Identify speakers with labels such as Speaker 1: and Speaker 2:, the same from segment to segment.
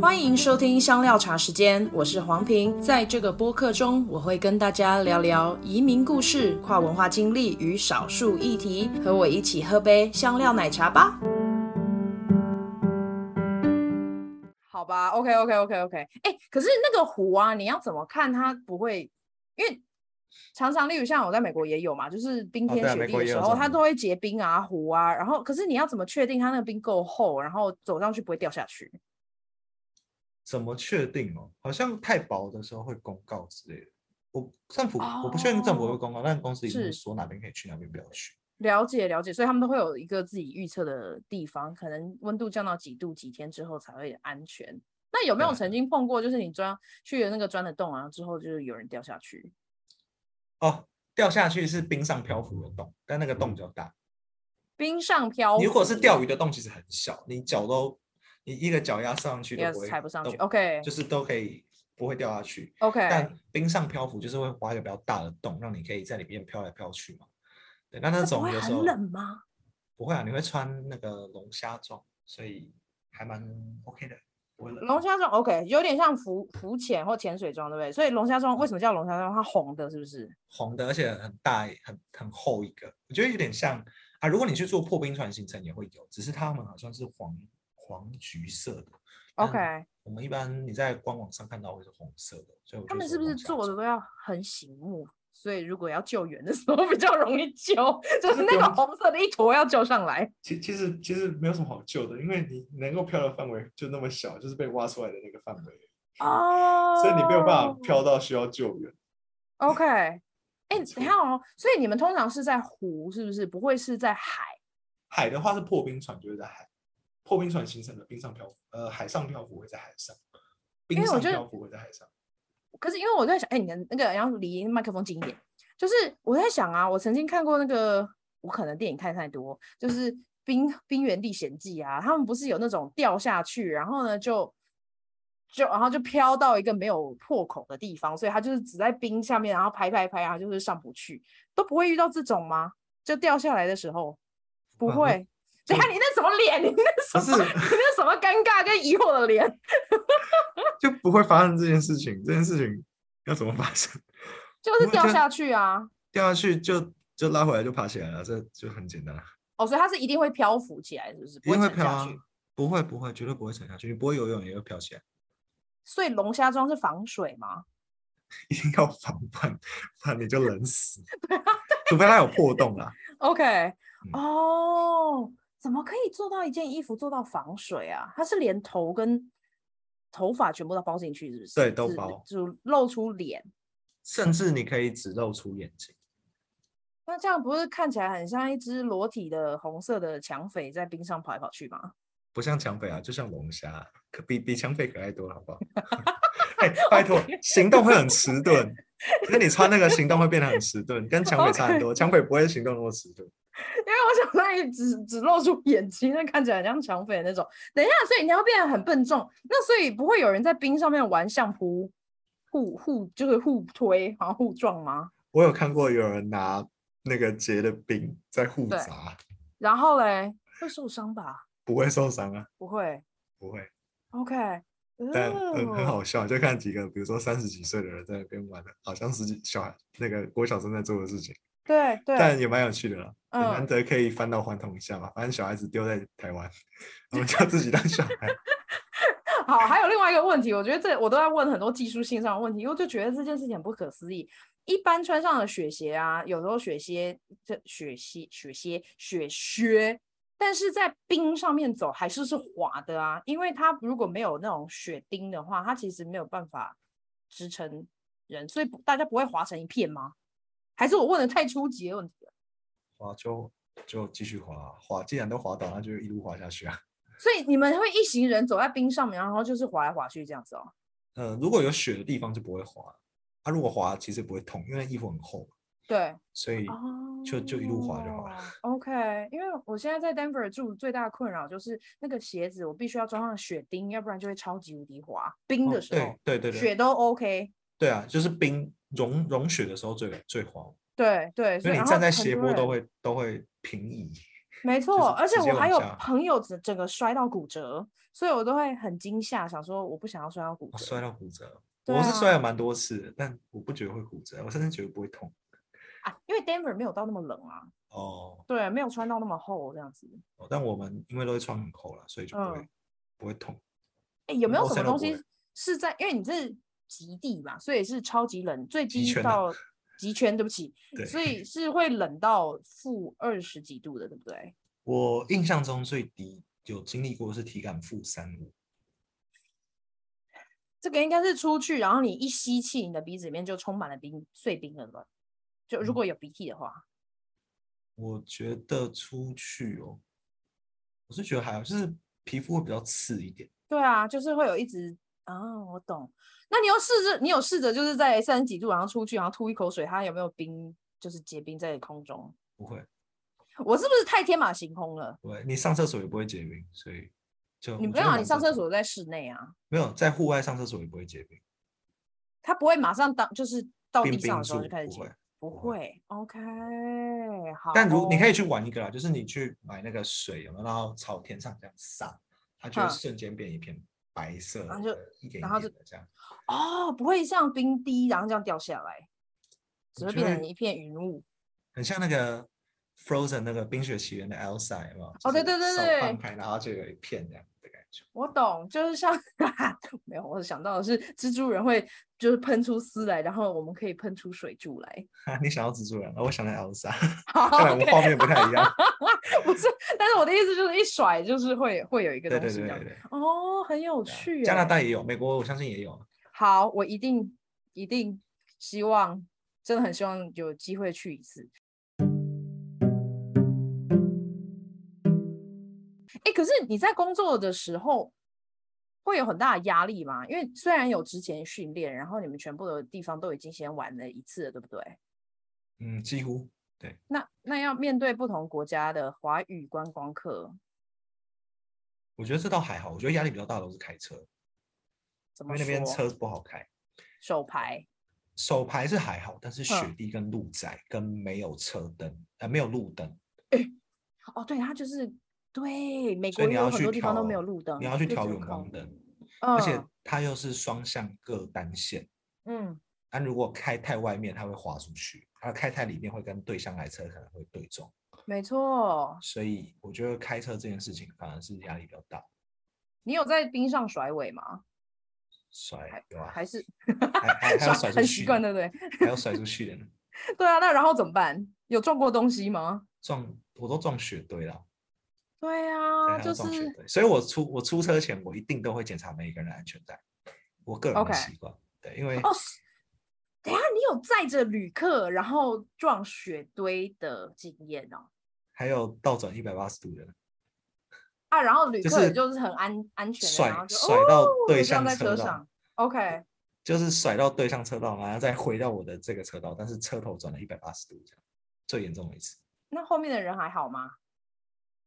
Speaker 1: 欢迎收听香料茶时间，我是黄平。在这个播客中，我会跟大家聊聊移民故事、跨文化经历与少数议题。和我一起喝杯香料奶茶吧。好吧，OK OK OK OK。哎，可是那个湖啊，你要怎么看它不会？因为常常，例如像我在美国也有嘛，就是冰
Speaker 2: 哦
Speaker 1: 天
Speaker 2: 对啊
Speaker 1: 雪
Speaker 2: 美
Speaker 1: 地
Speaker 2: 国
Speaker 1: 的
Speaker 2: 也
Speaker 1: 时
Speaker 2: 有
Speaker 1: 候，
Speaker 2: 这
Speaker 1: 它
Speaker 2: 种
Speaker 1: 都会结冰啊、湖啊。然后，可是你要怎么确定它那个冰够厚，然后走上去不会掉下去？
Speaker 2: 怎么确定哦？好像太薄的时候会公告之类的。我政府、我不确定政府会
Speaker 1: 哦
Speaker 2: 不会公告，但公司一定
Speaker 1: 是
Speaker 2: 会说哪边可以去，哪边不要去。
Speaker 1: 了解了解，所以他们都会有一个自己预测的地方，可能温度降到几度几天之后才会安全。那有没有
Speaker 2: 对
Speaker 1: 曾经碰过，就是你钻去了那个钻的洞啊之后，就是有人掉下去？
Speaker 2: 哦，掉下去是冰上漂浮的洞，但那个洞比较大。
Speaker 1: 冰上漂浮，
Speaker 2: 你如果是钓鱼的洞，其实很小，你脚都你一个脚丫上去
Speaker 1: 也
Speaker 2: 都不会
Speaker 1: 踩不上去。
Speaker 2: 都
Speaker 1: OK
Speaker 2: 就是都可以不会掉下去。
Speaker 1: OK，
Speaker 2: 但冰上漂浮就是会划一个比较大的洞，让你可以在里面飘来飘去嘛。对，那那
Speaker 1: 不
Speaker 2: 种
Speaker 1: 会
Speaker 2: 有时
Speaker 1: 很
Speaker 2: 候
Speaker 1: 冷吗？
Speaker 2: 不会啊，你会穿那个龙虾装，所以还蛮 OK 的，不会冷。
Speaker 1: 龙虾装 OK，有点像浮浮潜或潜水装，对不对？所以龙虾装为什么叫龙虾装？它红的，是不是？
Speaker 2: 红的，而且很大一、很很厚一个，我觉得有点像啊。如果你去做破冰船行程也会有，只是他们好像是黄黄橘色的。但
Speaker 1: OK
Speaker 2: 我们一般你在官网上看到会是红色的，所以我
Speaker 1: 他
Speaker 2: 就
Speaker 1: 们
Speaker 2: 说
Speaker 1: 是不是
Speaker 2: 龙虾
Speaker 1: 做的
Speaker 2: 装
Speaker 1: 都要很醒目？所以如果要救援的时候比 较容易救，就是
Speaker 2: 是
Speaker 1: 那个
Speaker 2: 不用
Speaker 1: 红色的一坨要救上来。
Speaker 2: 其其实其实没有什么好救的，因为你能够漂的范围就那么小，就是被挖出来的那个范围，
Speaker 1: 哦，
Speaker 2: 所以你没有办法漂到需要救援。
Speaker 1: OK，哎、等
Speaker 2: 错
Speaker 1: 一下哦，所以你们通常是在湖，是不是？不会是在海？
Speaker 2: 海的话是破冰船，就是在海，破冰船形成的冰上漂浮，呃，海上漂浮会在海上，
Speaker 1: 为
Speaker 2: 冰
Speaker 1: 我
Speaker 2: 上
Speaker 1: 觉得
Speaker 2: 漂浮会在海上。
Speaker 1: 可是因为我在想，哎、你的那个，然后离麦克风近一点。就是我在想啊，我曾经看过那个，我可能电影看太多，就是《冰冰原历险记》啊，他们不是有那种掉下去，然后呢就就然后就飘到一个没有破口的地方，所以他就是只在冰下面，然后拍拍拍，然后就是上不去，都不会遇到这种吗？就掉下来的时候不
Speaker 2: 啊我
Speaker 1: 会？等一下
Speaker 2: 我
Speaker 1: 你那什么脸？你那
Speaker 2: 不
Speaker 1: 什么？
Speaker 2: 是
Speaker 1: 你那什么尴尬跟疑惑的脸？
Speaker 2: 就不会发生这件事情。这件事情要怎么发 生？
Speaker 1: 就是
Speaker 2: 我
Speaker 1: 掉
Speaker 2: 觉得
Speaker 1: 下去啊。
Speaker 2: 掉下去就就拉回来就爬起来了，这就很简单了。
Speaker 1: 哦，所以它是一定会漂浮起来，是不是？
Speaker 2: 一
Speaker 1: 不
Speaker 2: 定会
Speaker 1: 沉
Speaker 2: 漂
Speaker 1: 下
Speaker 2: 啊
Speaker 1: 去。，
Speaker 2: 不会不会，绝对不会沉下去。你不会游泳也会漂起来，
Speaker 1: 所以龙虾装是防水吗？
Speaker 2: 一定要防范， 不然你就冷死。
Speaker 1: 啊
Speaker 2: 除非它有破洞啦。
Speaker 1: OK，哦，怎么可以做到一件衣服做到防水啊？它是连头跟头发全部都包进去，是不是？
Speaker 2: 对都
Speaker 1: 只
Speaker 2: 包
Speaker 1: 就露出脸。
Speaker 2: 甚至你可以只露出眼睛。
Speaker 1: 那这样不是看起来很像一只裸体的红色的抢匪在冰上跑来跑去吗？
Speaker 2: 不像抢匪啊，就像龙虾啊，可比比抢匪可爱多了，好 不好？哎、拜托
Speaker 1: OK，
Speaker 2: 行动会很迟钝，可是你穿那个行动会变得很迟钝，跟
Speaker 1: 哦
Speaker 2: 抢匪差很多。抢匪不会行动那么迟钝，
Speaker 1: 因为我想说你只只露出眼睛，那看起来很像抢匪那种。等一下，所以你要变得很笨重，那所以不会有人在冰上面玩相扑，互互就是互推，然后互撞吗？
Speaker 2: 我有看过有人拿那个结的冰在互
Speaker 1: 对
Speaker 2: 砸，
Speaker 1: 然后嘞，会受伤吧？
Speaker 2: 不会受伤啊，
Speaker 1: 不会
Speaker 2: 不会。
Speaker 1: 哦，OK，
Speaker 2: 但呃很
Speaker 1: 哦
Speaker 2: 很好笑，就看几个，比如说三十几岁的人在那边玩的，好像十几小孩那个郭小生在做的事情，
Speaker 1: 对对，
Speaker 2: 但也蛮有趣的啦。也难
Speaker 1: 嗯，
Speaker 2: 得可以翻到环童一下啊嘛，反正小孩子丢在 台湾，我们就自己当小孩。
Speaker 1: 好，还有另外一个问题，我觉得这我都在问很多技术性上的问题，因为我就觉得这件事情很不可思议。一般穿上了雪鞋啊，有时候雪鞋、这雪鞋、雪鞋、雪靴，但是在冰上面走还是是滑的啊，因为它如果没有那种雪钉的话，它其实没有办法支撑人，所以不大家不会滑成一片吗？还是我问的太初级的问题了？
Speaker 2: 滑就就继续滑滑，既然都滑倒，那就一路滑下去啊。
Speaker 1: 所以你们会一行人走在冰上面，然后就是滑来滑去这样子哦。
Speaker 2: 呃，如果有雪的地方就不会滑，它、如果滑其实不会痛，因为衣服很厚嘛，
Speaker 1: 对，
Speaker 2: 所以
Speaker 1: 哦，
Speaker 2: 就就一路滑就好了
Speaker 1: OK，因为我现在在 Denver 住，最大的困扰就是那个鞋子，我必须要装上雪钉，要不然就会超级无敌滑。冰的
Speaker 2: 哦
Speaker 1: 时候，
Speaker 2: 对对对
Speaker 1: 雪
Speaker 2: 对，
Speaker 1: 都 OK。
Speaker 2: 对啊，就是冰融融雪的时候最最滑，
Speaker 1: 对对，
Speaker 2: 所
Speaker 1: 所以
Speaker 2: 以你
Speaker 1: 然后
Speaker 2: 站在
Speaker 1: 很
Speaker 2: 斜
Speaker 1: 多
Speaker 2: 坡
Speaker 1: 人
Speaker 2: 都会都会平移。
Speaker 1: 没
Speaker 2: 是
Speaker 1: 错，而且
Speaker 2: 直接
Speaker 1: 我还
Speaker 2: 往
Speaker 1: 有
Speaker 2: 下
Speaker 1: 朋友整整个摔到骨折，所以我都会很惊吓，想说我不想要摔到骨
Speaker 2: 我
Speaker 1: 折。
Speaker 2: 哦摔到骨折，
Speaker 1: 对
Speaker 2: 我是摔
Speaker 1: 啊
Speaker 2: 了蛮多次的，但我不觉得会骨折，我甚至觉得不会痛。
Speaker 1: 啊，因为 Denver 没有到那么冷啊，
Speaker 2: 哦，
Speaker 1: 对，没有穿到那么厚这样子。
Speaker 2: 哦但我们因为都会穿很厚了，所以就不会、
Speaker 1: 嗯
Speaker 2: 不会痛。
Speaker 1: 哎，有没有
Speaker 2: 我
Speaker 1: 什么
Speaker 2: 真的
Speaker 1: 东
Speaker 2: 不会
Speaker 1: 西是在？因为你是极地嘛，所以是超级冷，最
Speaker 2: 极
Speaker 1: 低
Speaker 2: 圈啊
Speaker 1: 到极圈，对不起，
Speaker 2: 对，
Speaker 1: 所以是会冷到负二十几度的，对不对？
Speaker 2: 我印象中最低有经历过是体感负三五，
Speaker 1: 这个应该是出去，然后你一吸气，你的鼻子里面就充满了冰碎冰了吧？就如
Speaker 2: 嗯
Speaker 1: 果有鼻涕的话，
Speaker 2: 我觉得出去哦，我是觉得还好，就是皮肤会比较刺一点。
Speaker 1: 对啊，就是会有一直啊，我懂。那你有试着，你有试着就是在三十几度，然后出去，然后吐一口水，它有没有冰，就是结冰在空中？
Speaker 2: 不会，
Speaker 1: 我是不是太天马行空了？
Speaker 2: 不会，你上厕所也不会结冰，所以就
Speaker 1: 你
Speaker 2: 我
Speaker 1: 不
Speaker 2: 觉
Speaker 1: 要
Speaker 2: 得
Speaker 1: 啊，你
Speaker 2: 蛮
Speaker 1: 上
Speaker 2: 正
Speaker 1: 厕
Speaker 2: 常
Speaker 1: 所在室内啊，
Speaker 2: 没有在户外上厕所也不会结冰，
Speaker 1: 它不会马上当就是到
Speaker 2: 冰
Speaker 1: 地上
Speaker 2: 冰
Speaker 1: 的时候
Speaker 2: 柱
Speaker 1: 就开始
Speaker 2: 不
Speaker 1: 结
Speaker 2: 会。。
Speaker 1: 不
Speaker 2: 不会
Speaker 1: 会，OK，好哦。
Speaker 2: 但如你可以去玩一个啦，就是你去买那个水，有没有？然后朝天上这样洒，它就会
Speaker 1: 哼
Speaker 2: 瞬间变一片白色
Speaker 1: 然后就
Speaker 2: 的，一点
Speaker 1: 然后
Speaker 2: 一
Speaker 1: 就
Speaker 2: 点的这样。
Speaker 1: 哦，不会像冰滴然后这样掉下来，只
Speaker 2: 我
Speaker 1: 会
Speaker 2: 觉
Speaker 1: 变成
Speaker 2: 得
Speaker 1: 一片云雾。
Speaker 2: 很像那个 Frozen 那个《冰雪奇缘》的 Elsa 有没有？
Speaker 1: 哦对
Speaker 2: 就是
Speaker 1: 对对
Speaker 2: 手
Speaker 1: 对
Speaker 2: 放开，然后就有一片这样 的感觉。
Speaker 1: 我懂，就是像 没有，我想到的是蜘蛛人会就是喷出丝来，然后我们可以喷出水柱来。
Speaker 2: 你想要蜘蛛人，我想到 Elsa，
Speaker 1: 好
Speaker 2: 看来我们
Speaker 1: ，OK
Speaker 2: 画面不太一样。
Speaker 1: 不是，但是我的意思就是一甩就是会会有一个
Speaker 2: 对
Speaker 1: 东
Speaker 2: 对
Speaker 1: 西这
Speaker 2: 对
Speaker 1: 样
Speaker 2: 对对
Speaker 1: 哦，很有
Speaker 2: 对啊
Speaker 1: 趣耶。
Speaker 2: 加拿大也有，美国我相信也有。
Speaker 1: 好，我一定一定希望，真的很希望有机会去一次。哎，可是你在工作的时候会有很大的压力吗？因为虽然有之前训练，然后你们全部的地方都已经先玩了一次了，对不对？
Speaker 2: 嗯，几乎
Speaker 1: 那那要面对不同国家的华语观光客，
Speaker 2: 我觉得这倒还好，我觉得压力比较大的都是开车，
Speaker 1: 怎
Speaker 2: 因
Speaker 1: 么
Speaker 2: 为
Speaker 1: 说？
Speaker 2: 那边车不好
Speaker 1: 嗯
Speaker 2: 开。
Speaker 1: 手牌
Speaker 2: 手牌是还好，但是雪
Speaker 1: 嗯
Speaker 2: 地跟路窄跟没有车灯，呃，没有路灯，
Speaker 1: 哦，对，它就是对美国
Speaker 2: 所以你
Speaker 1: 有
Speaker 2: 要
Speaker 1: 很
Speaker 2: 去
Speaker 1: 多地方都没有
Speaker 2: 调
Speaker 1: 路灯，
Speaker 2: 你要去
Speaker 1: 就
Speaker 2: 调
Speaker 1: 只
Speaker 2: 远
Speaker 1: 靠
Speaker 2: 光灯，
Speaker 1: 嗯、
Speaker 2: 而且它又是双向各单线。
Speaker 1: 嗯，
Speaker 2: 但如果开太外面，它会滑出去；它开太里面，会跟对向来车可能会对撞。
Speaker 1: 没错，
Speaker 2: 所以我觉得开车这件事情反而是压力比较大。
Speaker 1: 你有在冰上甩尾吗？
Speaker 2: 甩有啊，
Speaker 1: 还是
Speaker 2: 还 还还要甩出
Speaker 1: 很习
Speaker 2: 去，
Speaker 1: 惯，对不对？
Speaker 2: 还要甩出去的呢。
Speaker 1: 对啊，那然后怎么办？有撞过东西吗？
Speaker 2: 撞我都撞雪堆了，
Speaker 1: 对
Speaker 2: 对
Speaker 1: 啊，
Speaker 2: 还
Speaker 1: 就
Speaker 2: 要撞雪
Speaker 1: 是
Speaker 2: 堆。所以我出我出车前，我一定都会检查每一个人的安全带。我个人
Speaker 1: OK
Speaker 2: 的习惯对，因为
Speaker 1: 哦，是等一下你有载着旅客然后撞雪堆的经验哦
Speaker 2: 还有倒转一百八十度的
Speaker 1: 啊，然后旅
Speaker 2: 就
Speaker 1: 客也
Speaker 2: 是
Speaker 1: 就是很安安全的，
Speaker 2: 甩
Speaker 1: 然后就
Speaker 2: 甩到
Speaker 1: 哦
Speaker 2: 对
Speaker 1: 就这样
Speaker 2: 向
Speaker 1: 在车
Speaker 2: 车道
Speaker 1: 上，OK，
Speaker 2: 就是甩到对向车道，然后再回到我的这个车道，但是车头转了一百八十度这样，最严重的一次。
Speaker 1: 那后面的人还好吗？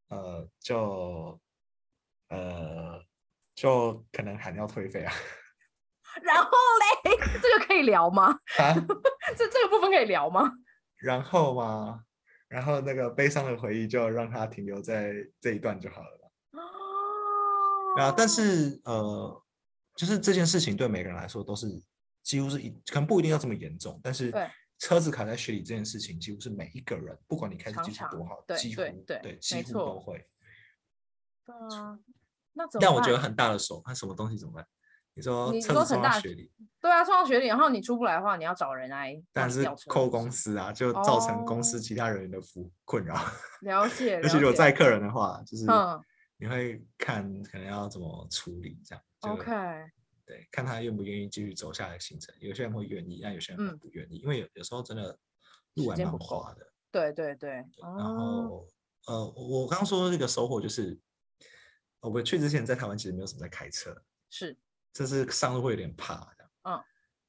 Speaker 2: 呃，就呃，就可能喊要退费啊
Speaker 1: 然后嘞， 这个可以聊吗？
Speaker 2: 啊，
Speaker 1: 这这个部分可以聊吗？
Speaker 2: 然后嘛，然后那个悲伤的回忆就让它停留在这一段就好了啦。然啊后，但是呃，就是这件事情对每个人来说都是几乎是一，可能不一定要这么严重，但是
Speaker 1: 对
Speaker 2: 车子卡在雪里这件事情，几乎是每一个人，不管你开车
Speaker 1: 常
Speaker 2: 技术
Speaker 1: 常
Speaker 2: 多好，
Speaker 1: 对
Speaker 2: 几乎
Speaker 1: 对对没
Speaker 2: 几乎
Speaker 1: 错
Speaker 2: 都会。
Speaker 1: 对啊，那怎么办？
Speaker 2: 但我觉得很大的手，它什么东西怎么办？你说
Speaker 1: 你
Speaker 2: 车
Speaker 1: 说
Speaker 2: 子
Speaker 1: 很
Speaker 2: 撞
Speaker 1: 大
Speaker 2: 到雪里，
Speaker 1: 对啊，撞到雪里，然后你出不来的话，你要找人来帮
Speaker 2: 但
Speaker 1: 你
Speaker 2: 是
Speaker 1: 吊车
Speaker 2: 扣
Speaker 1: 是不
Speaker 2: 公
Speaker 1: 是
Speaker 2: 司啊，就造成公
Speaker 1: 哦
Speaker 2: 司其他人员的服困扰。
Speaker 1: 了解，
Speaker 2: 而且如果
Speaker 1: 了解
Speaker 2: 载客人的话，就是
Speaker 1: 嗯
Speaker 2: 你会看可能要怎么处理这样。就
Speaker 1: ，OK，
Speaker 2: 对，看他愿不愿意继续走下来行程。有些人会愿意，但有些人可能
Speaker 1: 嗯
Speaker 2: 不愿意，因为有有时候真的路
Speaker 1: 时
Speaker 2: 还
Speaker 1: 间
Speaker 2: 蛮
Speaker 1: 不够
Speaker 2: 滑的。
Speaker 1: 对对对，
Speaker 2: 然
Speaker 1: 哦，
Speaker 2: 后呃，我我刚刚说的这个收获就是，呃我去之前在台湾其实没有什么在开车，
Speaker 1: 是，
Speaker 2: 就是上路会有点怕这样。
Speaker 1: 嗯，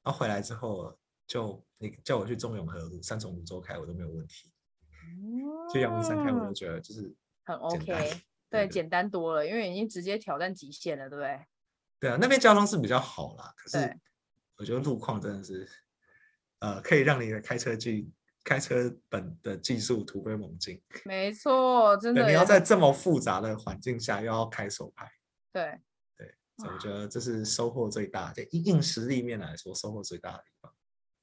Speaker 2: 然后回来之后就你叫我去中永和路、三重泸州开，我都没有问题。去阳明山开，我都
Speaker 1: 嗯
Speaker 2: 觉得就是
Speaker 1: 很
Speaker 2: 简单
Speaker 1: OK，
Speaker 2: 对
Speaker 1: 对，
Speaker 2: 对
Speaker 1: 简单多了，因为已经直接挑战极限了，对不对？
Speaker 2: 对啊，那边交通是比较好啦，可
Speaker 1: 对
Speaker 2: 是我觉得路况真的是，呃，可以让你的开车技开车本的技术突飞猛进。
Speaker 1: 没错，真
Speaker 2: 对，
Speaker 1: 的
Speaker 2: 你
Speaker 1: 耶
Speaker 2: 要在这么复杂的环境下又要开手牌，
Speaker 1: 对，
Speaker 2: 所以我觉得这是收获最大的，硬硬实力面来说收获最大的地方。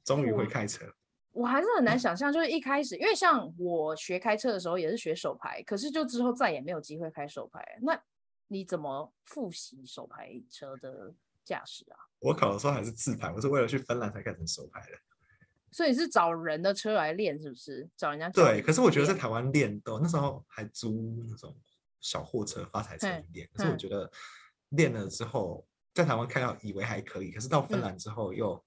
Speaker 2: 终于会
Speaker 1: 哇
Speaker 2: 开车，
Speaker 1: 我还是很难想象，就是一开始，因为像我学开车的时候也是学手牌，可是就之后再也没有机会开手牌。那你怎么复习手牌车的驾驶啊？
Speaker 2: 我考的时候还是自排，我是为了去芬兰才开始手排的。
Speaker 1: 哦所以你是找人的车来练，是不是？找人家教
Speaker 2: 对，
Speaker 1: 你
Speaker 2: 可是我觉得在
Speaker 1: 练
Speaker 2: 台湾练都那时候还租那种小货车、发财车
Speaker 1: 嗯
Speaker 2: 去练，可是我
Speaker 1: 嗯
Speaker 2: 觉得练了之后，在台湾开到以为还可以，可是到芬
Speaker 1: 嗯
Speaker 2: 兰之后又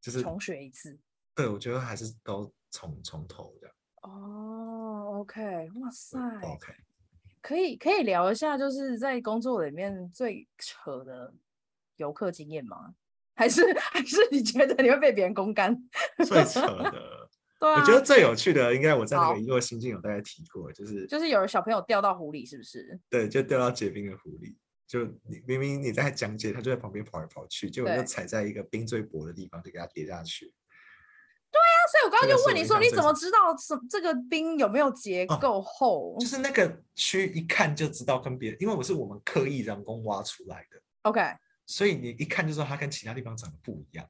Speaker 2: 就是
Speaker 1: 重学一次。
Speaker 2: 对我觉得还是都从从头这样
Speaker 1: 哦，OK，哇塞，
Speaker 2: 不 OK。
Speaker 1: 可以可以聊一下，就是在工作里面最扯的游客经验吗？还是还是你觉得你会被别人公干？
Speaker 2: 最扯 的，
Speaker 1: 对啊，
Speaker 2: 我觉得最有趣的应该我在那
Speaker 1: 好
Speaker 2: 个《一落心境》有大概提过，就是
Speaker 1: 就是有人小朋友掉到湖里，是不是？
Speaker 2: 对，就掉到结冰的湖里。就你明明你在讲解，他就在旁边跑来跑去，结果就
Speaker 1: 对
Speaker 2: 踩在一个冰最薄的地方，就给他跌下去。
Speaker 1: 啊，所以我刚刚
Speaker 2: 这个
Speaker 1: 就是问
Speaker 2: 我
Speaker 1: 你
Speaker 2: 印
Speaker 1: 说，
Speaker 2: 象
Speaker 1: 你
Speaker 2: 最
Speaker 1: 怎么知道什这个冰有没有结
Speaker 2: 哦
Speaker 1: 构厚、
Speaker 2: 就是那个区一看就知道跟别人，因为我是我们刻意人工挖出来的，
Speaker 1: o k
Speaker 2: 所以你一看就知道它跟其他地方长得不一样，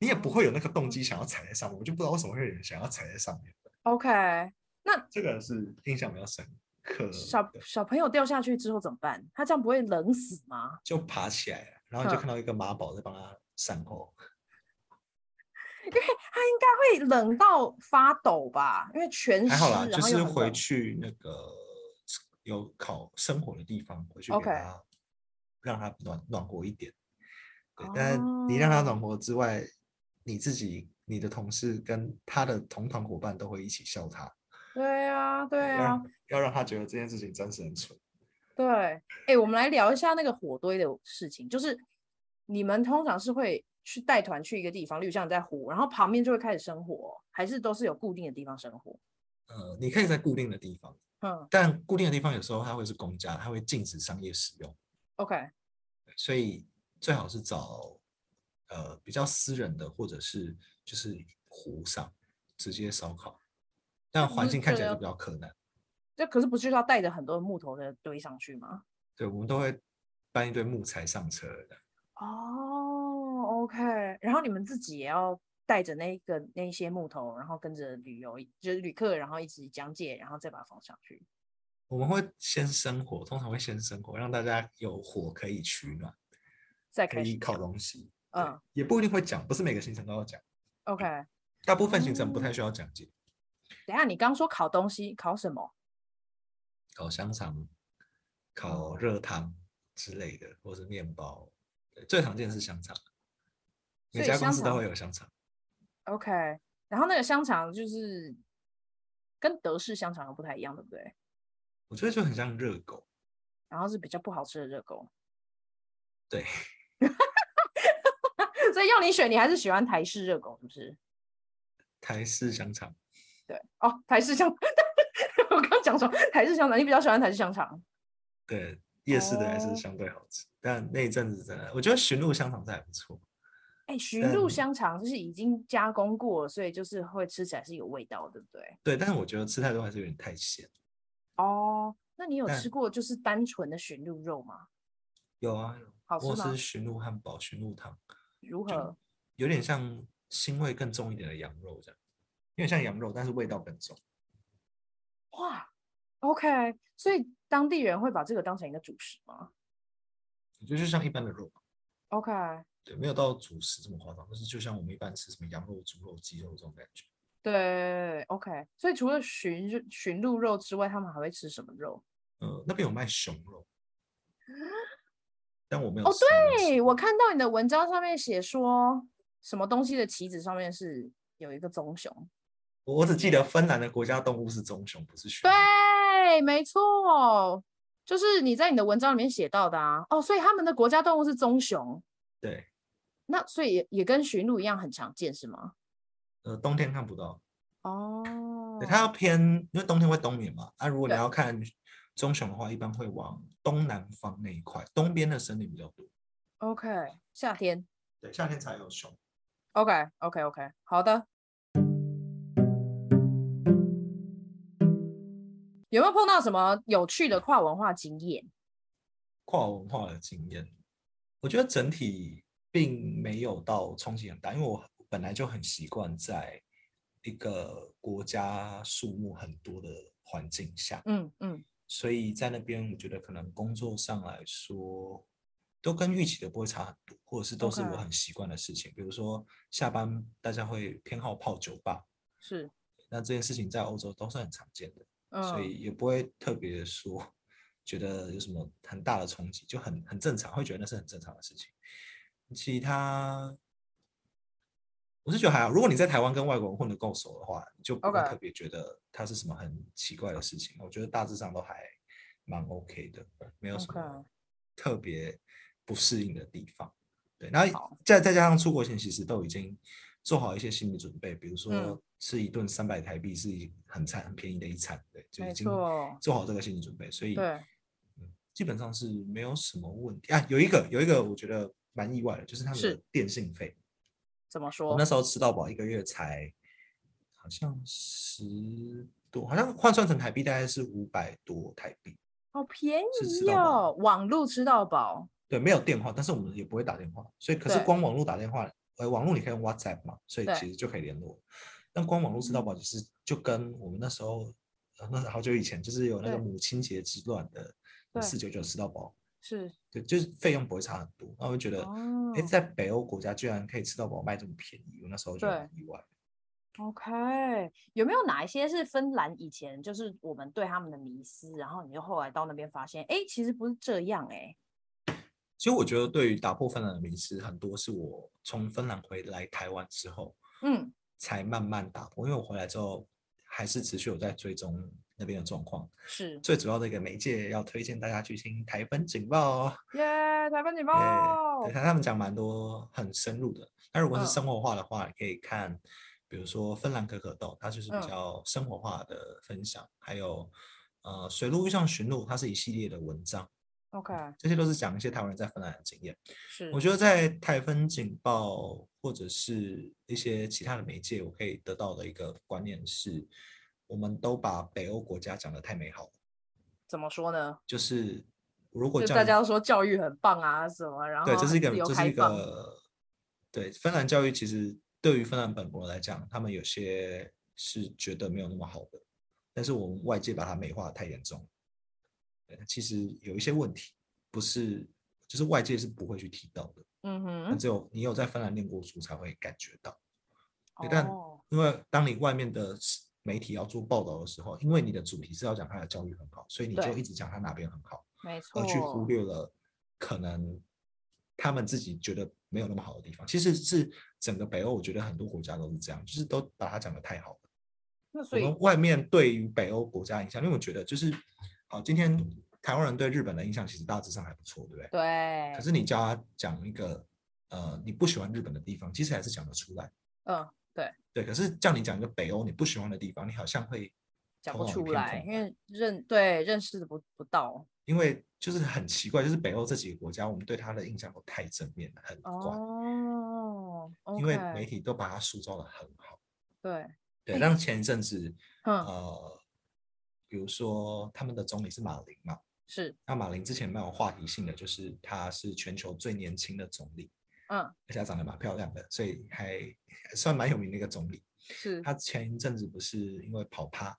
Speaker 2: 你也
Speaker 1: 哦
Speaker 2: 不会有那个动机想要踩在上面。我就不知道为什么会有人想要踩在上面，
Speaker 1: OK，
Speaker 2: 呃这个是印象比较深刻
Speaker 1: 小
Speaker 2: 的。
Speaker 1: 小朋友掉下去之后怎么办？他这样不会冷死吗？
Speaker 2: 就爬起来了，然后你就
Speaker 1: 嗯
Speaker 2: 看到一个马宝在帮他善后。
Speaker 1: 他应该会冷到发抖吧？因为 全湿，
Speaker 2: 还好啦，就
Speaker 1: 然后又
Speaker 2: 是
Speaker 1: 很
Speaker 2: 回
Speaker 1: 冷
Speaker 2: 去那个有烤生火的地方，回去给
Speaker 1: OK
Speaker 2: 它让它暖暖和一点。对，但你让它
Speaker 1: 哦
Speaker 2: 暖和之外，你自己、你的同事跟他的同团伙伴都会一起笑他。
Speaker 1: 对啊，对
Speaker 2: 要
Speaker 1: 啊
Speaker 2: 让，，要让他觉得这件事情真是很蠢。
Speaker 1: 对，哎、我们来聊一下那个火堆的事情。就是你们通常是会去带团去一个地方，例如像你在湖，然后旁边就会开始生火，还是都是有固定的地方生火？
Speaker 2: 呃，你可以在固定的地方，
Speaker 1: 嗯
Speaker 2: 但固定的地方有时候它会是公家，它会禁止商业使用，
Speaker 1: ，OK，
Speaker 2: 所以最好是找呃比较私人的，或者是就是湖上直接烧烤，但
Speaker 1: 那不
Speaker 2: 环
Speaker 1: 是
Speaker 2: 境看
Speaker 1: 这
Speaker 2: 起来
Speaker 1: 个
Speaker 2: 就比较困难。
Speaker 1: 这可是不是要带着很多木头的堆上去吗？
Speaker 2: 对，我们都会搬一堆木材上车的。
Speaker 1: 哦，OK，然后你们自己也要带着那个那一些木头，然后跟着旅游就是旅客，然后一起讲解，然后再把它放上去。
Speaker 2: 我们会先生火，通常会先生火，让大家有火可以取暖，
Speaker 1: 再
Speaker 2: 可
Speaker 1: 开
Speaker 2: 以
Speaker 1: 始
Speaker 2: 烤
Speaker 1: 讲
Speaker 2: 东西。对
Speaker 1: 嗯，
Speaker 2: 也不一定会讲，不是每个行程都要讲，
Speaker 1: ，OK。
Speaker 2: 大部分行程
Speaker 1: 嗯
Speaker 2: 不太需要讲解。
Speaker 1: 等一下，你刚说烤东西，烤什么？
Speaker 2: 烤香肠、烤
Speaker 1: 哦
Speaker 2: 热汤之类的，或是面包，对最常见是香肠，
Speaker 1: 所
Speaker 2: 每
Speaker 1: 以
Speaker 2: 家公
Speaker 1: 香
Speaker 2: 司都
Speaker 1: 肠
Speaker 2: 会有香肠。
Speaker 1: OK，然后那个香肠就是跟德式香肠又不太一样，对不对？
Speaker 2: 我觉得就很像热狗，
Speaker 1: 然后是比较不好吃的热狗。
Speaker 2: 对，
Speaker 1: 所以要你选，你还是喜欢台式热狗，是不是？
Speaker 2: 台式香肠。
Speaker 1: 对，哦，台式香， 我刚讲说台式香肠，你比较喜欢台式香肠。
Speaker 2: 对，夜市的还
Speaker 1: 哦
Speaker 2: 是相对好吃，但那一阵子真的，我觉得寻路香肠是还不错。
Speaker 1: 哎，寻路
Speaker 2: 嗯
Speaker 1: 香肠就是已经加工过了，所以就是会吃起来是有味道，对不对？
Speaker 2: 对，但是我觉得吃太多还是有点太咸。
Speaker 1: 哦，那你有
Speaker 2: 但
Speaker 1: 吃过就是单纯的寻路肉吗？
Speaker 2: 有啊，有
Speaker 1: 好
Speaker 2: 或
Speaker 1: 吃吗
Speaker 2: 是？寻路汉堡、寻路汤，
Speaker 1: 如
Speaker 2: 就
Speaker 1: 何？
Speaker 2: 有点像腥味更重一点的羊肉这样，有点像羊肉，但是味道更重。
Speaker 1: 哇，OK，所以当地人会把这个当成一个主食吗
Speaker 2: 我觉得就像一般的肉。
Speaker 1: ？OK，
Speaker 2: 对，没有到主食这么夸张，但是就像我们一般吃什么羊肉、猪肉、鸡肉这种感觉，
Speaker 1: 对，OK，所以除了驯鹿驯鹿肉之外，他们还会吃什么肉？
Speaker 2: 呃，那边有卖熊肉，但我没有
Speaker 1: 哦
Speaker 2: 吃我没有吃
Speaker 1: 对，
Speaker 2: 过
Speaker 1: 我看到你的文章上面写说，什么东西的旗子上面是有一个棕熊。
Speaker 2: 我我只记得芬兰的国家动物是棕熊，不是熊。，
Speaker 1: 对，没错，就是你在你的文章里面写到的啊。哦，所以他们的国家动物是棕熊，
Speaker 2: 对，
Speaker 1: 那所以也也跟驯鹿一样很常见是吗？
Speaker 2: 呃，冬天看不到，
Speaker 1: 哦
Speaker 2: 对，它要偏，因为冬天会冬眠嘛。啊，如果你
Speaker 1: 对
Speaker 2: 要看棕熊的话，一般会往东南方那一块，东边的森林比较多。
Speaker 1: ，OK，夏天。
Speaker 2: 对，夏天才有熊。
Speaker 1: OK OK OK，好的。有没有碰到什么有趣的跨文化经验？
Speaker 2: 跨文化的经验，我觉得整体并没有到冲击很大，因为我本来就很习惯在一个国家数目很多的环境下，
Speaker 1: 嗯嗯，
Speaker 2: 所以在那边我觉得可能工作上来说，都跟预期的不会差很多，或者是都是
Speaker 1: OK
Speaker 2: 我很习惯的事情。比如说下班大家会偏好泡酒吧，
Speaker 1: 是，
Speaker 2: 那这件事情在欧洲都是很常见的。
Speaker 1: 嗯，
Speaker 2: 所以也不会特别说觉得有什么很大的冲击，就很很正常，会觉得那是很正常的事情。其他，我是觉得还好。如果你在台湾跟外国人混得够熟的话，你就不会
Speaker 1: OK
Speaker 2: 特别觉得它是什么很奇怪的事情。我觉得大致上都还蛮 OK 的，没有什
Speaker 1: OK
Speaker 2: 么特别不适应的地方。对，然
Speaker 1: 好
Speaker 2: 后再再加上出国前其实都已经做好一些心理准备，比如
Speaker 1: 嗯
Speaker 2: 说吃一顿三百台币是一很餐很便宜的一餐，对，就
Speaker 1: 没
Speaker 2: 已经
Speaker 1: 错
Speaker 2: 做好这个心理准备，所以
Speaker 1: 对，
Speaker 2: 嗯基本上是没有什么问题啊。有一个有一个我觉得蛮意外的，就是他们的
Speaker 1: 是哦
Speaker 2: 电信费，
Speaker 1: 怎么
Speaker 2: 我
Speaker 1: 说
Speaker 2: 那？时候吃到饱一个月才好像十多，好像换算成台币大概是五百多台币，
Speaker 1: 好便
Speaker 2: 是吃
Speaker 1: 宜
Speaker 2: 到饱
Speaker 1: 哦，网路吃到饱，
Speaker 2: 对，没有电话，但是我们也不会打电话，所以可是
Speaker 1: 对
Speaker 2: 光网络打电话，呃，网络你可以用 WhatsApp 嘛，所以
Speaker 1: 对嗯
Speaker 2: 其实就可以联络。但光网络吃到饱，其实就跟我们那时候，呃那是好久以前，就是有那个
Speaker 1: 对
Speaker 2: 母亲节之乱
Speaker 1: 对
Speaker 2: 的四九九吃到饱，
Speaker 1: 是
Speaker 2: 对，就是费用不会差很多。那我就觉得，
Speaker 1: 哦
Speaker 2: 哎、在北欧国家居然可以吃到饱卖这么便宜，我那时候就
Speaker 1: 对
Speaker 2: 很意外。
Speaker 1: OK，有没有哪一些是芬兰以前就是我们对他们的迷思，然后你就后来到那边发现，哎，其实不是这样、诶
Speaker 2: 其实我觉得，对于打破芬兰的迷思，很多是我从芬兰回来台湾之后，
Speaker 1: 哎，嗯，
Speaker 2: 才慢慢打破。因为我回来之后，还是持续有在追踪那边的状况。
Speaker 1: 是，
Speaker 2: 最主要的一个媒介要推荐大家去听台风警报哦。
Speaker 1: 耶、台湾警
Speaker 2: 对
Speaker 1: 报，
Speaker 2: 对，他们讲蛮多很深入的。那如果是
Speaker 1: 哦嗯
Speaker 2: 生活化的话，你可以看，比如说芬兰可可豆，它就是比
Speaker 1: 嗯
Speaker 2: 较生活化的分享，还有呃水路遇上驯鹿，它是一系列的文章，
Speaker 1: OK，
Speaker 2: 这些都是讲一些台湾人在芬兰的经验。
Speaker 1: 是，
Speaker 2: 我觉得在台风警报或者是一些其他的媒介，我可以得到的一个观念是，我们都把北欧国家讲得太美好了，
Speaker 1: 怎么说呢？
Speaker 2: 就是如果
Speaker 1: 就
Speaker 2: 叫
Speaker 1: 大
Speaker 2: 你
Speaker 1: 家都说教育很棒啊，什么，然后
Speaker 2: 对，这是一
Speaker 1: 很
Speaker 2: 个
Speaker 1: 自由
Speaker 2: 这是
Speaker 1: 开
Speaker 2: 一
Speaker 1: 放，
Speaker 2: 个对芬兰教育，其实对于芬兰本国来讲，他们有些是觉得没有那么好的，但是我们外界把它美化得太严重了，对其实有一些问题不是就是外界是不会去提到的，
Speaker 1: 嗯
Speaker 2: 那
Speaker 1: 哼，
Speaker 2: 只有你有在芬兰念过书才会感觉到。对但
Speaker 1: 哦，
Speaker 2: 因为当你外面的是媒体要做报道的时候，因为你的主题是要讲他的教育很好，所以你就
Speaker 1: 对
Speaker 2: 一直讲他哪边很好，
Speaker 1: 没
Speaker 2: 而
Speaker 1: 错，
Speaker 2: 呃去忽略了可能他们自己觉得没有那么好的地方。其实是整个北欧，我觉得很多国家都是这样，就是都把它讲得太好了。
Speaker 1: 那所
Speaker 2: 我
Speaker 1: 以
Speaker 2: 们外面对于北欧国家的印象，因为我觉得就是，好，今天台湾人对日本的印象其实大致上还不错，对不对？
Speaker 1: 对，
Speaker 2: 可是你叫他讲一个呃你不喜欢日本的地方，其实还是讲得出来。
Speaker 1: 嗯，
Speaker 2: 对，可是叫你讲一个北欧你不喜欢的地方，你好像会
Speaker 1: 讲不
Speaker 2: 头脑一
Speaker 1: 出
Speaker 2: 片
Speaker 1: 来，
Speaker 2: 空
Speaker 1: 因
Speaker 2: 白
Speaker 1: 为认对认识的不不到，
Speaker 2: 因为就是很奇怪，就是北欧这几个国家，我们对它的印象都太正面了，很怪，
Speaker 1: 哦，OK，
Speaker 2: 因为媒体都把它塑造的很好。
Speaker 1: 对，
Speaker 2: 对，像前一阵子，
Speaker 1: 嗯，
Speaker 2: 呃，比如说他们的总理是马林嘛，
Speaker 1: 是，
Speaker 2: 那马林之前蛮有话题性的，就是他是全球最年轻的总理，
Speaker 1: 嗯，
Speaker 2: 而且他长得蛮漂亮的，所以还还算蛮有名的一个总理。
Speaker 1: 是，
Speaker 2: 他前一阵子不是因为跑趴，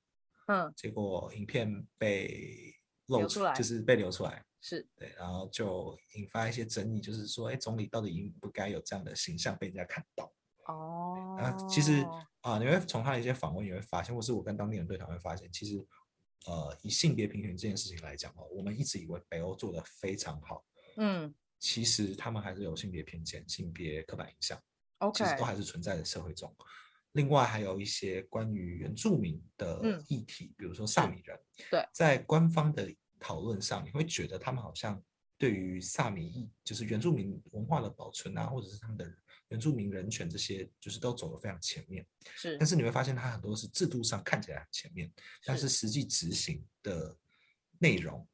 Speaker 1: 嗯，
Speaker 2: 结果影片被露
Speaker 1: 流出来
Speaker 2: 就是被流出来，
Speaker 1: 是。
Speaker 2: 对，然后就引发一些争议，就是说，哎，总理到底应不该有这样的形象被人家看到？
Speaker 1: 哦，
Speaker 2: 然后其实啊、你会从他的一些访问也会发现，或是我跟当地人对谈会发现，其实呃，以性别平权这件事情来讲哦，我们一直以为北欧做的非常好，
Speaker 1: 嗯
Speaker 2: 其实他们还是有性别偏见、性别刻板印象。
Speaker 1: ，OK，
Speaker 2: 其实都还是存在的社会中。另外还有一些关于原住民的
Speaker 1: 嗯
Speaker 2: 议题，比如说萨米人，
Speaker 1: 对
Speaker 2: 在官方的讨论上，你会觉得他们好像对于萨米议，就是原住民文化的保存啊，或者是他们的原住民人权这些，就是都走得非常前面。
Speaker 1: 是
Speaker 2: 但是你会发现，它很多是制度上看起来很前面，但是实际执行的内容，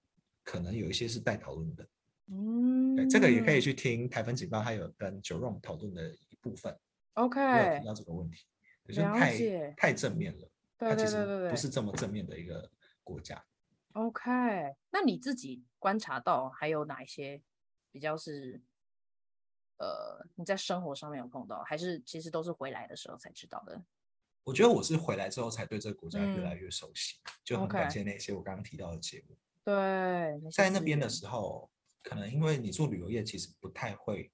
Speaker 2: 可能有一些是待讨论的。对，
Speaker 1: 嗯，
Speaker 2: 这个也可以去听台风警报，还有跟九弄讨论的一部分。
Speaker 1: OK，
Speaker 2: 没有提到这个问题，就是
Speaker 1: 了
Speaker 2: 太
Speaker 1: 解
Speaker 2: 太正面了，
Speaker 1: 对
Speaker 2: 它
Speaker 1: 对
Speaker 2: 其
Speaker 1: 对
Speaker 2: 实
Speaker 1: 对
Speaker 2: 不
Speaker 1: 对，
Speaker 2: 是这么正面的一个国家。
Speaker 1: OK，那你自己观察到还有哪一些比较是，呃，你在生活上面有碰到，还是其实都是回来的时候才知道的？
Speaker 2: 我觉得我是回来之后才对这个国家
Speaker 1: 嗯
Speaker 2: 越来越熟悉，就很
Speaker 1: OK
Speaker 2: 感谢那些我刚刚提到的节目。
Speaker 1: 对，些
Speaker 2: 在那
Speaker 1: 资
Speaker 2: 边的
Speaker 1: 源
Speaker 2: 时候，可能因为你做旅游业，其实不太会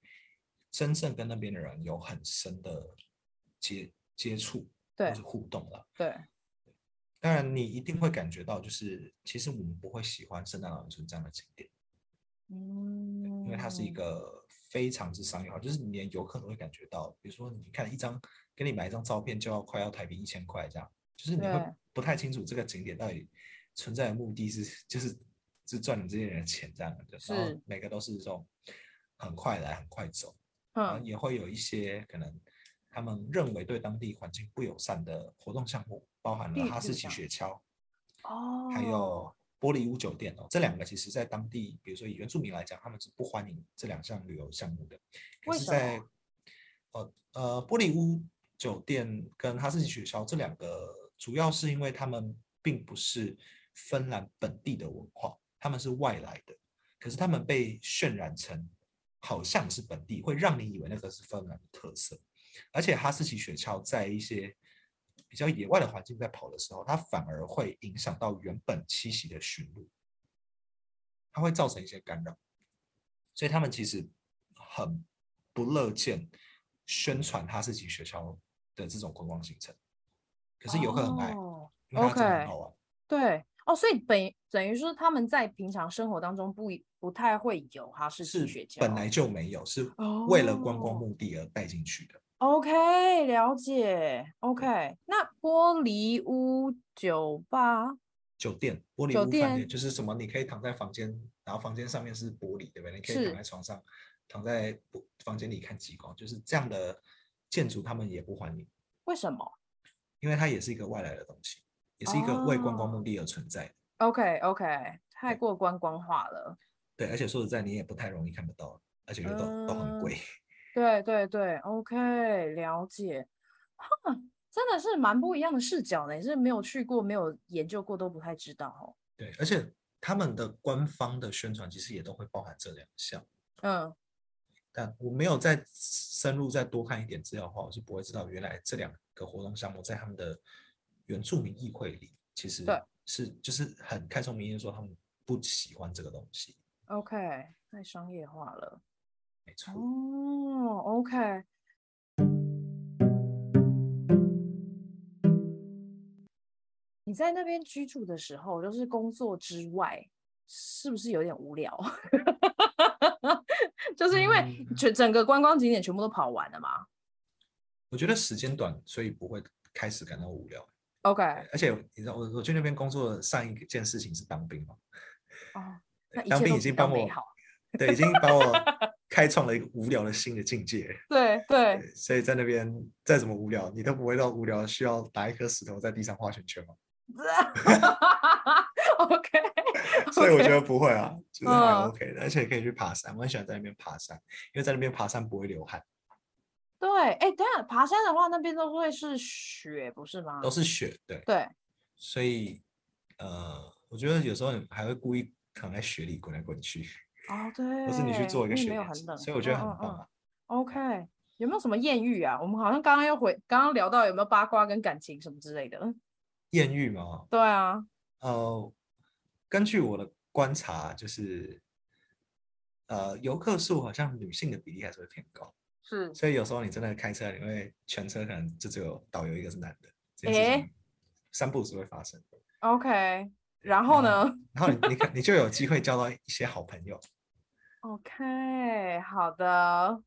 Speaker 2: 真正跟那边的人有很深的接接触
Speaker 1: 对
Speaker 2: 或是互动了。
Speaker 1: 对，
Speaker 2: 当然，你一定会感觉到，就是其实我们不会喜欢圣诞老人村这样的景点，
Speaker 1: 嗯，
Speaker 2: 因为它是
Speaker 1: 哦
Speaker 2: 一个非常之商业化，就是你连游客都会感觉到。比如说，你看一张给你买一张照片就要快要台币一千块这样，就是你会
Speaker 1: 对
Speaker 2: 不太清楚这个景点到底存在的目的是就是是赚你这些人的钱这样的，然
Speaker 1: 是
Speaker 2: 后每个都是这种很快来很快走，然后
Speaker 1: 嗯
Speaker 2: 也会有一些可能他们认为对当地环境不友善的活动项目，包含
Speaker 1: 例
Speaker 2: 了哈
Speaker 1: 如
Speaker 2: 士奇
Speaker 1: 像
Speaker 2: 雪橇。
Speaker 1: 哦，
Speaker 2: 还有玻璃屋酒店哦，这两个其实在当地，比如说以原住民来讲，他们是不欢迎这两项旅游项目的。可
Speaker 1: 为
Speaker 2: 是
Speaker 1: 什么
Speaker 2: 在呃呃玻璃屋酒店跟哈士奇雪橇这两个，主要是因为他们并不是芬兰本地的文化，他们是外来的，可是他们被渲染成好像是本地，会让你以为那个是芬兰的特色。而且哈士奇雪橇在一些比较野外的环境在跑的时候，它反而会影响到原本栖息的驯鹿，它会造成一些干扰，所以他们其实很不乐见宣传哈士奇雪橇的这种观光行程。可是游客很爱，
Speaker 1: 哦
Speaker 2: 因为它真的很
Speaker 1: OK
Speaker 2: 好玩。
Speaker 1: 对哦，所以等等于说他们在平常生活当中不一不太会有哈士奇雪
Speaker 2: 是
Speaker 1: 橇，
Speaker 2: 本来就没有，是为了观光
Speaker 1: 哦
Speaker 2: 目的而带进去的。
Speaker 1: OK，了解。OK，那玻璃屋酒吧，
Speaker 2: 酒店玻璃
Speaker 1: 酒
Speaker 2: 屋饭
Speaker 1: 店
Speaker 2: 店就是什么？你可以躺在房间，然后房间上面是玻璃，对不对？你可以
Speaker 1: 是
Speaker 2: 躺在床上，躺在不房间里看极光，就是这样的建筑他们也不欢迎，
Speaker 1: 为什么
Speaker 2: 因为它也是一个外来的东西，也是一个为观光
Speaker 1: 哦
Speaker 2: 目的而存在的。
Speaker 1: ？OK OK，太
Speaker 2: 对
Speaker 1: 过观光化了。
Speaker 2: 对，而且说实在，你也不太容易看得到，而且又都、都很
Speaker 1: 嗯
Speaker 2: 贵。
Speaker 1: 对对对，OK，了解。哈，真的是蛮不一样的视角呢，也是没有去过、没有研究过都不太知道哦。
Speaker 2: 对，而且他们的官方的宣传其实也都会包含这两项。
Speaker 1: 嗯，
Speaker 2: 但我没有再深入再多看一点资料的话，我是不会知道原来这两个活动项目在他们的原住民议会里其实
Speaker 1: 对
Speaker 2: 是就是很开宗明义地说他们不喜欢这个东西，
Speaker 1: ，OK，太商业化了。
Speaker 2: 没错。
Speaker 1: 哦，OK。你在那边居住的时候，就是工作之外，是不是有点无聊？ 就是因为
Speaker 2: 嗯
Speaker 1: 全整个观光景点全部都跑完了嘛。
Speaker 2: 我觉得时间短，所以不会开始感到无聊。
Speaker 1: OK，
Speaker 2: 而且你知道，我我去那边工作的上一件事情是当兵嘛，
Speaker 1: 哦，那一
Speaker 2: 当
Speaker 1: 切
Speaker 2: 兵
Speaker 1: 都
Speaker 2: 已
Speaker 1: 比
Speaker 2: 经
Speaker 1: 较
Speaker 2: 帮
Speaker 1: 美
Speaker 2: 我
Speaker 1: 好。
Speaker 2: 对，已经把我开创了一个无聊的新的境界。
Speaker 1: 对对，
Speaker 2: 对所以在那边再怎么无聊，你都不会到无聊需要拿一颗石头在地上画圈圈嘛。
Speaker 1: OK，
Speaker 2: 所以我
Speaker 1: OK
Speaker 2: 觉得不会啊，就是还
Speaker 1: 嗯
Speaker 2: OK 的，而且可以去爬山，我很喜欢在那边爬山，因为在那边爬山不会流汗，
Speaker 1: 对，哎，等一下爬山的话，那边都会是雪，不是吗
Speaker 2: 都？是雪，对，
Speaker 1: 对，
Speaker 2: 所以呃，我觉得有时候你还会故意躺在雪里滚来滚去，
Speaker 1: 哦，对，
Speaker 2: 或是你去做一个
Speaker 1: 因为
Speaker 2: 雪
Speaker 1: 没有
Speaker 2: 练
Speaker 1: 很
Speaker 2: 习
Speaker 1: 冷，
Speaker 2: 所以我觉得
Speaker 1: 嗯
Speaker 2: 很
Speaker 1: 嗯
Speaker 2: 棒
Speaker 1: 嗯
Speaker 2: 啊。
Speaker 1: OK，有没有什么艳遇啊？我们好像刚刚又回，刚刚聊到有没有八卦跟感情什么之类的。
Speaker 2: 艳遇嘛，
Speaker 1: 对啊，
Speaker 2: 呃，根据我的观察，就是呃，游客数好像女性的比例还是会偏高，
Speaker 1: 是
Speaker 2: 所以有时候你真的开车，你会全车可能就只有导游一个是男的，这
Speaker 1: 诶
Speaker 2: 件事情三不五时会发生。
Speaker 1: OK。然后呢
Speaker 2: 啊然后你你可你就有机会交到一些好朋友，
Speaker 1: ？OK，好的。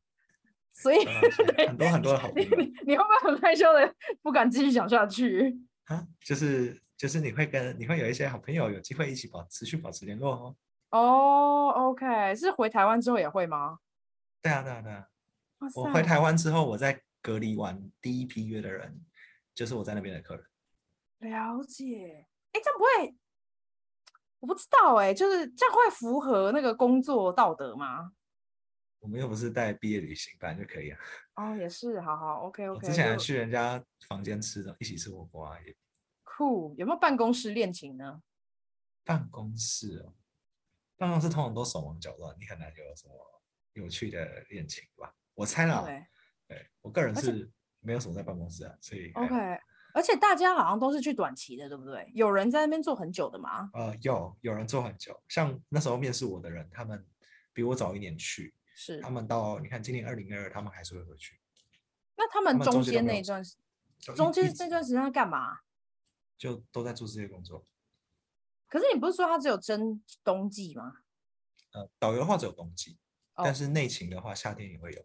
Speaker 1: 所 以
Speaker 2: 交到一些很多很多的好朋
Speaker 1: 你
Speaker 2: 友
Speaker 1: 你你会不会很害羞的，不敢继续讲下去？
Speaker 2: 啊，就是就是你会跟你会有一些好朋友，有机会一起保持续保持联络哦。
Speaker 1: 哦，OK，是回台湾之后也会吗？
Speaker 2: 对啊对啊对啊，
Speaker 1: 哇
Speaker 2: 我回
Speaker 1: 塞
Speaker 2: 台湾之后，我在隔离完第一批约的人，就是我在那边的客人。
Speaker 1: 了解，哎，这样不会，我不知道哎，就是这样会符合那个工作道德吗？
Speaker 2: 我们又不是带毕业旅行班就可以啊。
Speaker 1: 哦，也是，好好，OK
Speaker 2: 我
Speaker 1: OK，
Speaker 2: 之前还
Speaker 1: 就
Speaker 2: 去人家房间吃的，一起吃火锅啊，也
Speaker 1: 酷，有没有办公室恋情呢？
Speaker 2: 办公室哦，办公室通常都手忙脚乱，你很难有什么有趣的恋情吧？我猜啦，
Speaker 1: 对
Speaker 2: 对我个人
Speaker 1: 而且
Speaker 2: 是没有什么在办公室啊，所以还好
Speaker 1: ，OK。而且大家好像都是去短期的，对不对？有人在那边做很久的吗？
Speaker 2: 呃，有有人做很久，像那时候面试我的人，他们比我早一年去，
Speaker 1: 是
Speaker 2: 他，们到你看今年二零二二，他们还是会回去。
Speaker 1: 那他们
Speaker 2: 们
Speaker 1: 中
Speaker 2: 中间都
Speaker 1: 间
Speaker 2: 没
Speaker 1: 那
Speaker 2: 有
Speaker 1: 一段时，
Speaker 2: 就一
Speaker 1: 中
Speaker 2: 一
Speaker 1: 间
Speaker 2: 直
Speaker 1: 这段时间在干嘛？
Speaker 2: 就都在做这些工作。
Speaker 1: 可是你不是说他只有真冬季吗？
Speaker 2: 呃，导游的话只有冬季，
Speaker 1: 哦
Speaker 2: 但是内勤的话夏天也会有，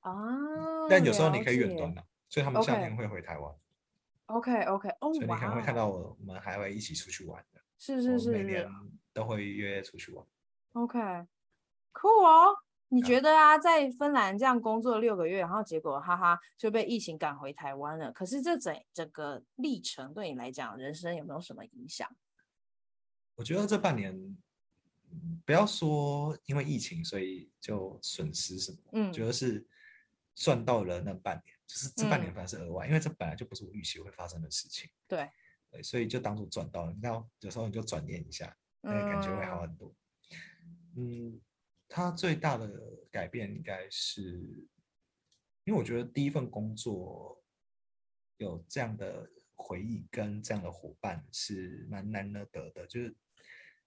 Speaker 1: 啊，
Speaker 2: 嗯但有时候你
Speaker 1: 了
Speaker 2: 可以远
Speaker 1: 解
Speaker 2: 端。的、啊所以他们夏
Speaker 1: OK
Speaker 2: 天会回台湾
Speaker 1: OK OK，哦，
Speaker 2: 所以你可能会看
Speaker 1: 哇哦，
Speaker 2: 到我们还会一起出去玩的，
Speaker 1: 是
Speaker 2: 我
Speaker 1: 是
Speaker 2: 们
Speaker 1: 是
Speaker 2: 每
Speaker 1: 是
Speaker 2: 年都会约出去玩。
Speaker 1: ，OK，酷哦。你
Speaker 2: 啊
Speaker 1: 觉得啊，在芬兰这样工作六个月，然后结果哈哈就被疫情赶回台湾了。可是这整整个历程对你来讲，人生有没有什么影响？
Speaker 2: 我觉得这半年，嗯不要说因为疫情所以就损失什么，
Speaker 1: 嗯
Speaker 2: 觉得是赚到了那半年，就是这半年
Speaker 1: 嗯
Speaker 2: 反而是额外，因为这本来就不是我预期会发生的事情，
Speaker 1: 对，
Speaker 2: 对，所以就当做赚到了。那有时候你就转念一下，那哎个感觉会好
Speaker 1: 嗯
Speaker 2: 很多。嗯，它最大的改变应该是，因为我觉得第一份工作有这样的回忆跟这样的伙伴是蛮难得的，就是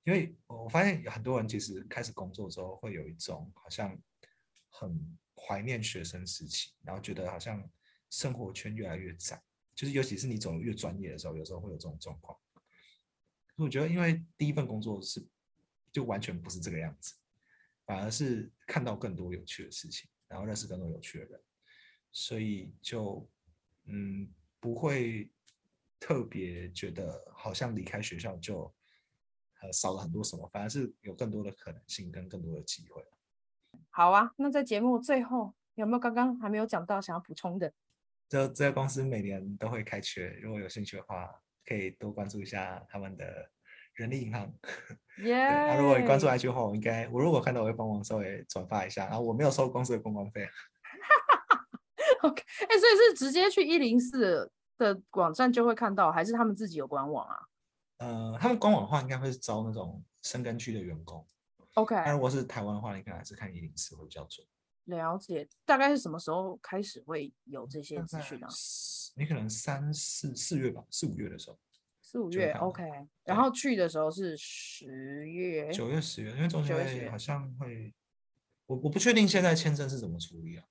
Speaker 2: 因为我发现有很多人其实开始工作之后会有一种好像很怀念学生时期，然后觉得好像生活圈越来越窄，就是尤其是你走得越专业的时候，有时候会有这种状况。我觉得，因为第一份工作是就完全不是这个样子，反而是看到更多有趣的事情，然后认识更多有趣的人，所以就嗯不会特别觉得好像离开学校就呃少了很多什么，反而是有更多的可能性跟更多的机会。
Speaker 1: 好啊，那在节目最后有没有刚刚还没有讲到想要补充的？
Speaker 2: 这这个公司每年都会开缺，如果有兴趣的话，可以多关注一下他们的人力银行。
Speaker 1: 耶、
Speaker 2: 对，那、如果你关
Speaker 1: 哎
Speaker 2: 注 IG 的话，我应该我如果看到我会帮忙稍微转发一下，然后我没有收公司的公关费啊，
Speaker 1: OK，哎、所以是直接去一零四的网站就会看到，还是他们自己有官网啊
Speaker 2: 呃，他们官网的话应该会是招那种深耕区的员工，
Speaker 1: ？OK，
Speaker 2: 那如果是台湾的话，你可能还是看一零四会比较准。
Speaker 1: 了解。大概是什么时候开始会有这些
Speaker 2: 大
Speaker 1: 资
Speaker 2: 概
Speaker 1: 讯呢、啊
Speaker 2: 四你可能三四四月吧，四五月的时候，
Speaker 1: 四五
Speaker 2: 就会
Speaker 1: 月
Speaker 2: 看到
Speaker 1: ，OK。然
Speaker 2: 对
Speaker 1: 后去的时候是十月，
Speaker 2: 九月十月，因为中
Speaker 1: 九
Speaker 2: 间
Speaker 1: 月十
Speaker 2: 会
Speaker 1: 月
Speaker 2: 好像会，我我不确定现在签证是怎么处理啊，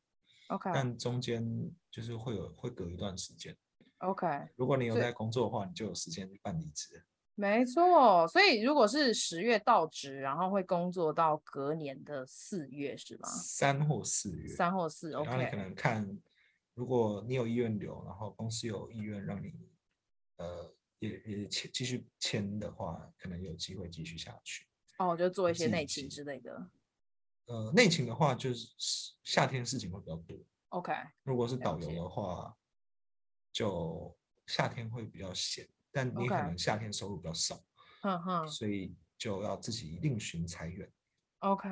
Speaker 1: OK
Speaker 2: 但中间就是会有会隔一段时间，
Speaker 1: OK，
Speaker 2: 如果你有
Speaker 1: 所以
Speaker 2: 在工作的话，你就有时间去办离职了。
Speaker 1: 没错。所以如果是十月到职，然后会工作到隔年的四月是吗？
Speaker 2: 三或四月，
Speaker 1: 啊三或四
Speaker 2: 对然后你可
Speaker 1: ，OK，
Speaker 2: 能看，如果你有意愿留，然后公司有意愿让你，呃，也也签继续签的话，可能有机会继续下去。
Speaker 1: 哦，就做一些
Speaker 2: 自
Speaker 1: 内
Speaker 2: 己
Speaker 1: 勤之类的
Speaker 2: 呃，内勤的话就是夏天事情会比较多，
Speaker 1: ，OK，
Speaker 2: 如果是
Speaker 1: 了
Speaker 2: 导
Speaker 1: 解
Speaker 2: 游的话，就夏天会比较闲，但你可
Speaker 1: OK
Speaker 2: 能夏天收入比较少，
Speaker 1: 哼哼。
Speaker 2: 所以就要自己另寻财源。
Speaker 1: OK，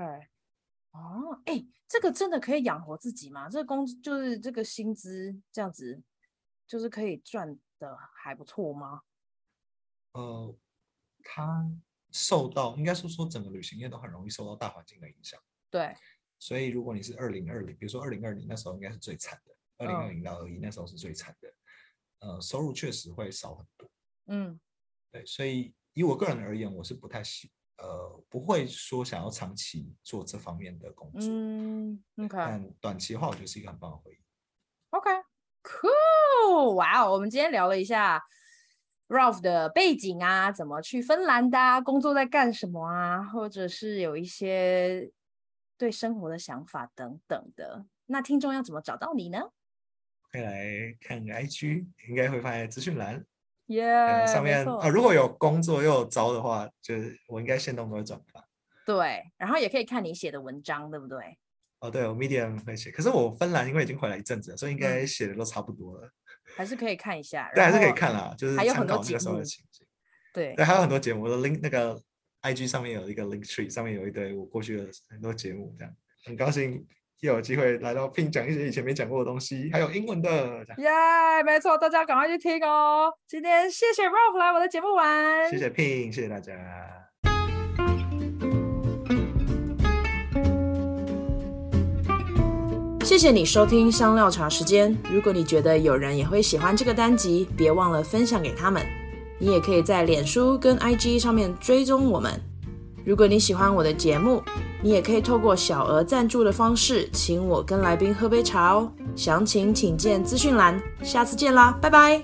Speaker 1: 哦，哎、这个真的可以养活自己吗？这个工就是这个薪资这样子，就是可以赚的还不错吗？
Speaker 2: 呃，他受到应该是说整个旅行业都很容易受到大环境的影响。
Speaker 1: 对，
Speaker 2: 所以如果你是二零二零，比如说二零二零那时候应该是最惨的，
Speaker 1: 嗯
Speaker 2: 二零二零到二一那时候是最惨的，呃，收入确实会少很多。
Speaker 1: 嗯，
Speaker 2: 对，所以以我个人而言，我是不太喜，呃，不会说想要长期做这方面的工作，
Speaker 1: 嗯，OK，
Speaker 2: 但短期的话，我觉得是一个很棒的回忆。
Speaker 1: OK，Cool，哇哦！我们今天聊了一下 Ralph 的背景啊，怎么去芬兰的、啊，工作在干什么啊，或者是有一些对生活的想法等等的。那听众要怎么找到你呢？
Speaker 2: 可以来看个 IG，应该会放在资讯栏，
Speaker 1: 耶、
Speaker 2: 呃，上
Speaker 1: 没
Speaker 2: 面
Speaker 1: 错
Speaker 2: 啊，如果有工作又有招的话，就是我应该限动都会转发。
Speaker 1: 对，然后也可以看你写的文章，对不对？
Speaker 2: 哦，对，我 Medium 会写，可是我芬兰因为已经回来一阵子了，所以应
Speaker 1: 嗯
Speaker 2: 该写的都差不多了。
Speaker 1: 还是可以看一下，
Speaker 2: 对，还
Speaker 1: 然
Speaker 2: 是可以
Speaker 1: 后
Speaker 2: 看啦，就是
Speaker 1: 还有
Speaker 2: 参
Speaker 1: 很多
Speaker 2: 考那
Speaker 1: 节
Speaker 2: 个时候
Speaker 1: 目
Speaker 2: 的情景。
Speaker 1: 对
Speaker 2: 对，还有很多节目，我的 link 那个 IG 上面有一个 link tree，上面有一堆我过去的很多节目，这样很高兴又有机会来到 Pin 讲一些以前没讲过的东西，还有英文的。这样
Speaker 1: 耶、没错，大家赶快去听哦。今天谢谢 Ralph 来我的节目玩，
Speaker 2: 谢谢 Pin，谢谢大家。
Speaker 1: 谢谢你收听香料茶时间。如果你觉得有人也会喜欢这个单集，别忘了分享给他们。你也可以在脸书跟 IG 上面追踪我们。如果你喜欢我的节目，你也可以透过小额赞助的方式，请我跟来宾喝杯茶哦。详情请见资讯栏。下次见啦，拜拜。